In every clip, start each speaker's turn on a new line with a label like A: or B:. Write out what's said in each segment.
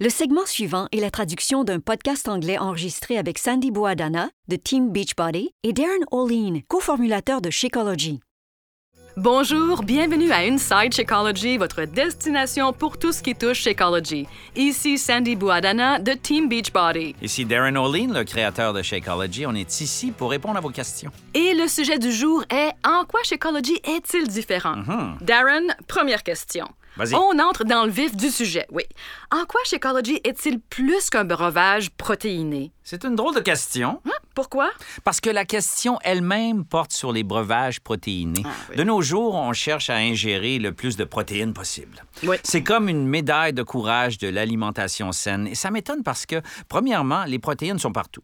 A: Le segment suivant est la traduction d'un podcast anglais enregistré avec Sandy Boadana de Team Beachbody et Darren Olin, coformulateur de Shakeology.
B: Bonjour, bienvenue à Inside Shakeology, votre destination pour tout ce qui touche Shakeology. Ici Sandy Bouadana de Team Beachbody.
C: Ici Darren O'Lean, le créateur de Shakeology. On est ici pour répondre à vos questions.
B: Et le sujet du jour est En quoi Shakeology est-il différent? Darren, première question.
C: Mhm. Vas-y.
B: On entre dans le vif du sujet, oui. En quoi Shakeology est-il plus qu'un breuvage protéiné?
C: C'est une drôle de question,
B: Hein? Pourquoi?
C: parce que la question elle-même porte sur les breuvages
B: Ah,
C: protéinés. De nos jours, on cherche à ingérer le plus de protéines possible.
B: Oui.
C: C'est comme une médaille de courage de l'alimentation saine. Et ça m'étonne parce que, premièrement, les protéines sont partout.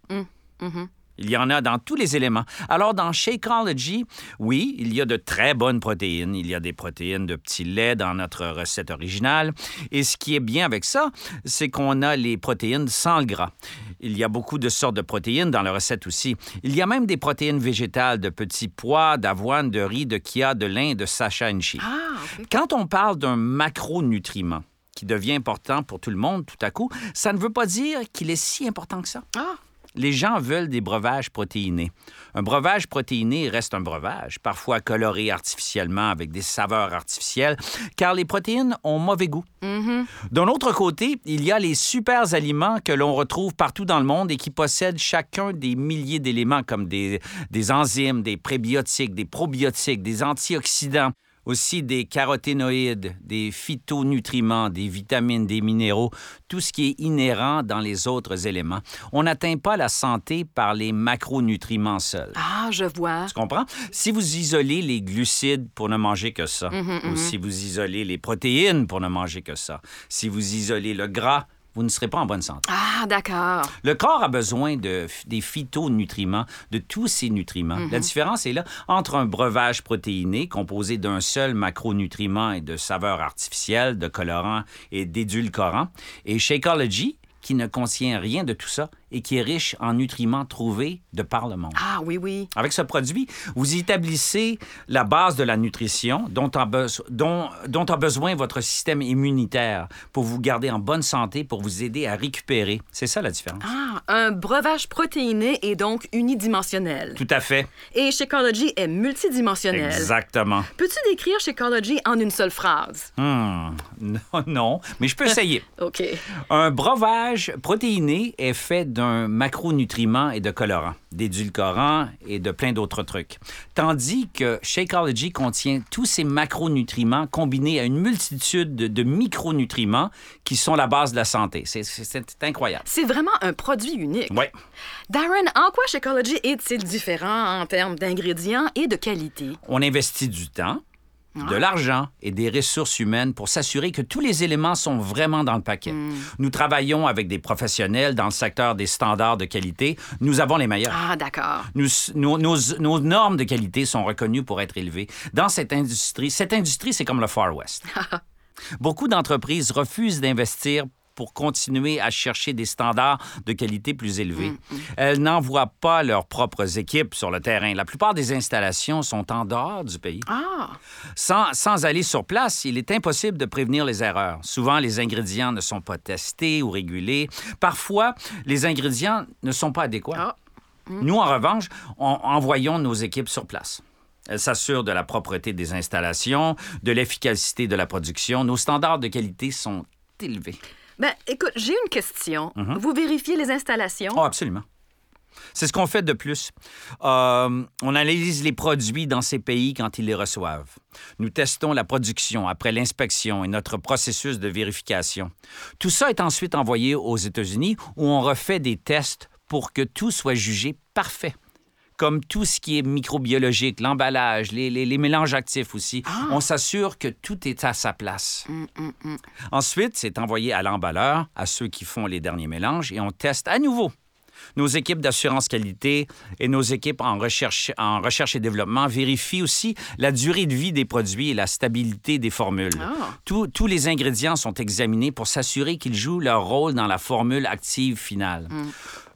B: Mhm.
C: Il y en a dans tous les éléments. Alors, dans Shakeology, oui, il y a de très bonnes protéines. Il y a des protéines de petits laits dans notre recette originale. Et ce qui est bien avec ça, c'est qu'on a les protéines sans le gras. Il y a beaucoup de sortes de protéines dans la recette aussi. Il y a même des protéines végétales de petits pois, d'avoine, de riz, de chia, de lin, et de sacha enchi.
B: Ah, OK.
C: Quand on parle d'un macronutriment qui devient important pour tout le monde tout à coup, ça ne veut pas dire qu'il est si important que ça.
B: Ah,
C: Les gens veulent des breuvages protéinés. Un breuvage protéiné reste un breuvage, parfois coloré artificiellement avec des saveurs artificielles, car les protéines ont mauvais goût. D'un autre côté, il y a les super aliments que l'on retrouve partout dans le monde et qui possèdent chacun des milliers d'éléments comme des, des enzymes, des prébiotiques, des probiotiques, des antioxydants, aussi des caroténoïdes, des phytonutriments, des vitamines, des minéraux, tout ce qui est inhérent dans les autres éléments. On n'atteint pas la santé par les macronutriments seuls.
B: ah, je vois.
C: Tu comprends? Si vous isolez les glucides pour ne manger que ça, ou si vous isolez les protéines pour ne manger que ça, si vous isolez le gras, vous ne serez pas en bonne santé.
B: Ah, d'accord.
C: Le corps a besoin de, des phytonutriments, de tous ces nutriments. La différence est là entre un breuvage protéiné composé d'un seul macronutriment et de saveurs artificielles, de colorants et d'édulcorants, et Shakeology, qui ne contient rien de tout ça et qui est riche en nutriments trouvés de par le monde.
B: Ah, oui, oui.
C: Avec ce produit, vous établissez la base de la nutrition dont a, beso- dont- dont a besoin votre système immunitaire pour vous garder en bonne santé, pour vous aider à récupérer. C'est ça la différence.
B: Ah, un breuvage protéiné est donc unidimensionnel.
C: Tout à fait.
B: Et Shakeology est multidimensionnel.
C: Exactement.
B: Peux-tu décrire Shakeology en une seule phrase?
C: Hmm. Non, non, mais je peux essayer.
B: OK.
C: Un breuvage protéiné est fait d'un macronutriment et de colorants, d'édulcorants et de plein d'autres trucs. Tandis que Shakeology contient tous ces macronutriments combinés à une multitude de, de micronutriments qui sont la base de la santé. C'est- C'est c'est incroyable.
B: C'est vraiment un produit unique.
C: Ouais.
B: Darren, en quoi Shakeology est-il différent en termes d'ingrédients et de qualité?
C: On investit du temps, de l'argent et des ressources humaines pour s'assurer que tous les éléments sont vraiment dans le paquet. Nous travaillons avec des professionnels dans le secteur des standards de qualité. Nous avons les meilleurs.
B: Ah, d'accord.
C: Nous- nos, nos- nos normes de qualité sont reconnues pour être élevées. Dans cette industrie, cette industrie, c'est comme le Far West. Beaucoup d'entreprises refusent d'investir pour continuer à chercher des standards de qualité plus élevés. Elles n'envoient pas leurs propres équipes sur le terrain. La plupart des installations sont en dehors du pays.
B: Ah,
C: Sans, sans aller sur place, il est impossible de prévenir les erreurs. Souvent, les ingrédients ne sont pas testés ou régulés. Parfois, les ingrédients ne sont pas adéquats.
B: Ah.
C: Mm. Nous, en revanche, on- envoyons nos équipes sur place. Elles s'assurent de la propreté des installations, de l'efficacité de la production. Nos standards de qualité sont élevés.
B: ben écoute, j'ai une question. Vous vérifiez les installations?
C: Oh, absolument. C'est ce qu'on fait de plus. Euh, on analyse les produits dans ces pays quand ils les reçoivent. Nous testons la production après l'inspection et notre processus de vérification. Tout ça est ensuite envoyé aux États-Unis où on refait des tests pour que tout soit jugé parfait. Comme tout ce qui est microbiologique, l'emballage, les, les- les mélanges actifs aussi. On s'assure que tout est à sa place. Ensuite, c'est envoyé à l'emballeur, à ceux qui font les derniers mélanges, et on teste à nouveau. Nos équipes d'assurance qualité et nos équipes en recherche, en recherche et développement vérifient aussi la durée de vie des produits et la stabilité des formules.
B: Ah.
C: Tous- tous les ingrédients sont examinés pour s'assurer qu'ils jouent leur rôle dans la formule active finale.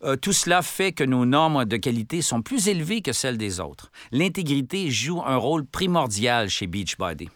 C: Euh, tout cela fait que nos normes de qualité sont plus élevées que celles des autres. L'intégrité joue un rôle primordial chez Beachbody.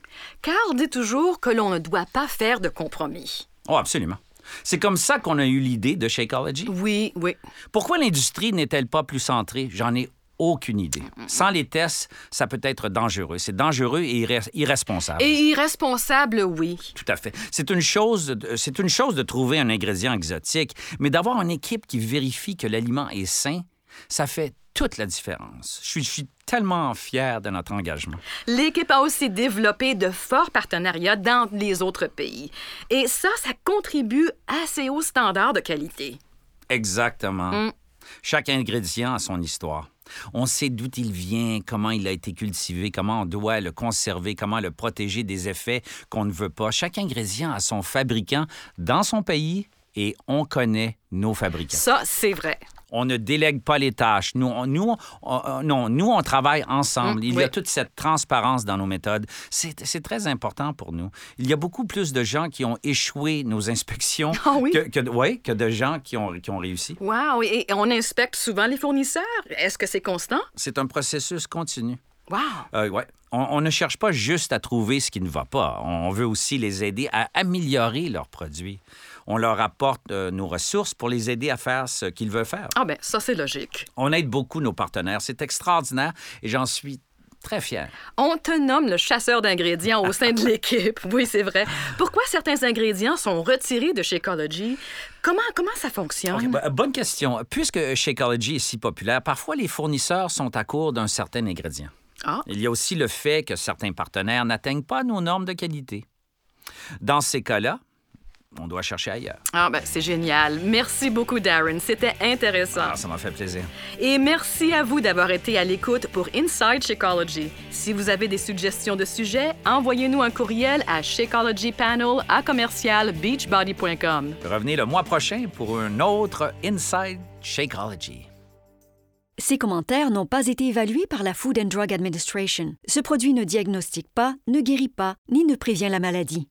B: Carl dit toujours que l'on ne doit pas faire de compromis.
C: Oh, absolument. C'est comme ça qu'on a eu l'idée de Shakeology.
B: Oui, oui.
C: Pourquoi l'industrie n'est-elle pas plus centrée? J'en ai aucune idée. Sans les tests, ça peut être dangereux. C'est dangereux et irre- irresponsable.
B: Et irresponsable, oui.
C: Tout à fait. C'est une chose, de- c'est une chose de trouver un ingrédient exotique, mais d'avoir une équipe qui vérifie que l'aliment est sain, ça fait toute la différence. Je suis, je suis tellement fier de notre engagement.
B: L'équipe a aussi développé de forts partenariats dans les autres pays. Et ça, ça contribue assez aux standards de qualité.
C: Exactement.
B: Mm.
C: Chaque ingrédient a son histoire. On sait d'où il vient, comment il a été cultivé, comment on doit le conserver, comment le protéger des effets qu'on ne veut pas. Chaque ingrédient a son fabricant dans son pays et on connaît nos fabricants.
B: Ça, c'est vrai.
C: On ne délègue pas les tâches. Nous, on, nous, on- on- non, nous, on travaille ensemble.
B: Mm,
C: il y
B: oui.
C: a toute cette transparence dans nos méthodes. C'est c'est très important pour nous. Il y a beaucoup plus de gens qui ont échoué nos inspections
B: Ah oui?
C: que, que- ouais, que de gens qui ont, qui ont réussi.
B: Wow, et et on inspecte souvent les fournisseurs. Est-ce que c'est constant?
C: C'est un processus continu.
B: Wow.
C: Euh, ouais. on, on ne cherche pas juste à trouver ce qui ne va pas. On veut aussi les aider à améliorer leurs produits. On leur apporte euh, nos ressources pour les aider à faire ce qu'ils veulent faire.
B: Ah ben, ça, c'est logique.
C: On aide beaucoup nos partenaires. C'est extraordinaire et j'en suis très fier.
B: On te nomme le chasseur d'ingrédients au sein de l'équipe. Oui, c'est vrai. Pourquoi certains ingrédients sont retirés de chez Ecology? Comment, comment ça fonctionne?
C: Ok, bah. bo- Bonne question. Puisque Shakeology est si populaire, parfois les fournisseurs sont à court d'un certain ingrédient.
B: Ah.
C: Il y a aussi le fait que certains partenaires n'atteignent pas nos normes de qualité. Dans ces cas-là, on doit chercher ailleurs.
B: Ah ben, c'est génial. Merci beaucoup, Darren. C'était intéressant.
C: Ah, ça m'a fait plaisir.
B: Et merci à vous d'avoir été à l'écoute pour Inside Shakeology. Si vous avez des suggestions de sujets, envoyez-nous un courriel à shakeologypanel à commercial beachbody.com.
C: Revenez le mois prochain pour un autre Inside Shakeology.
A: Ces commentaires n'ont pas été évalués par la Food and Drug Administration. Ce produit ne diagnostique pas, ne guérit pas, ni ne prévient la maladie.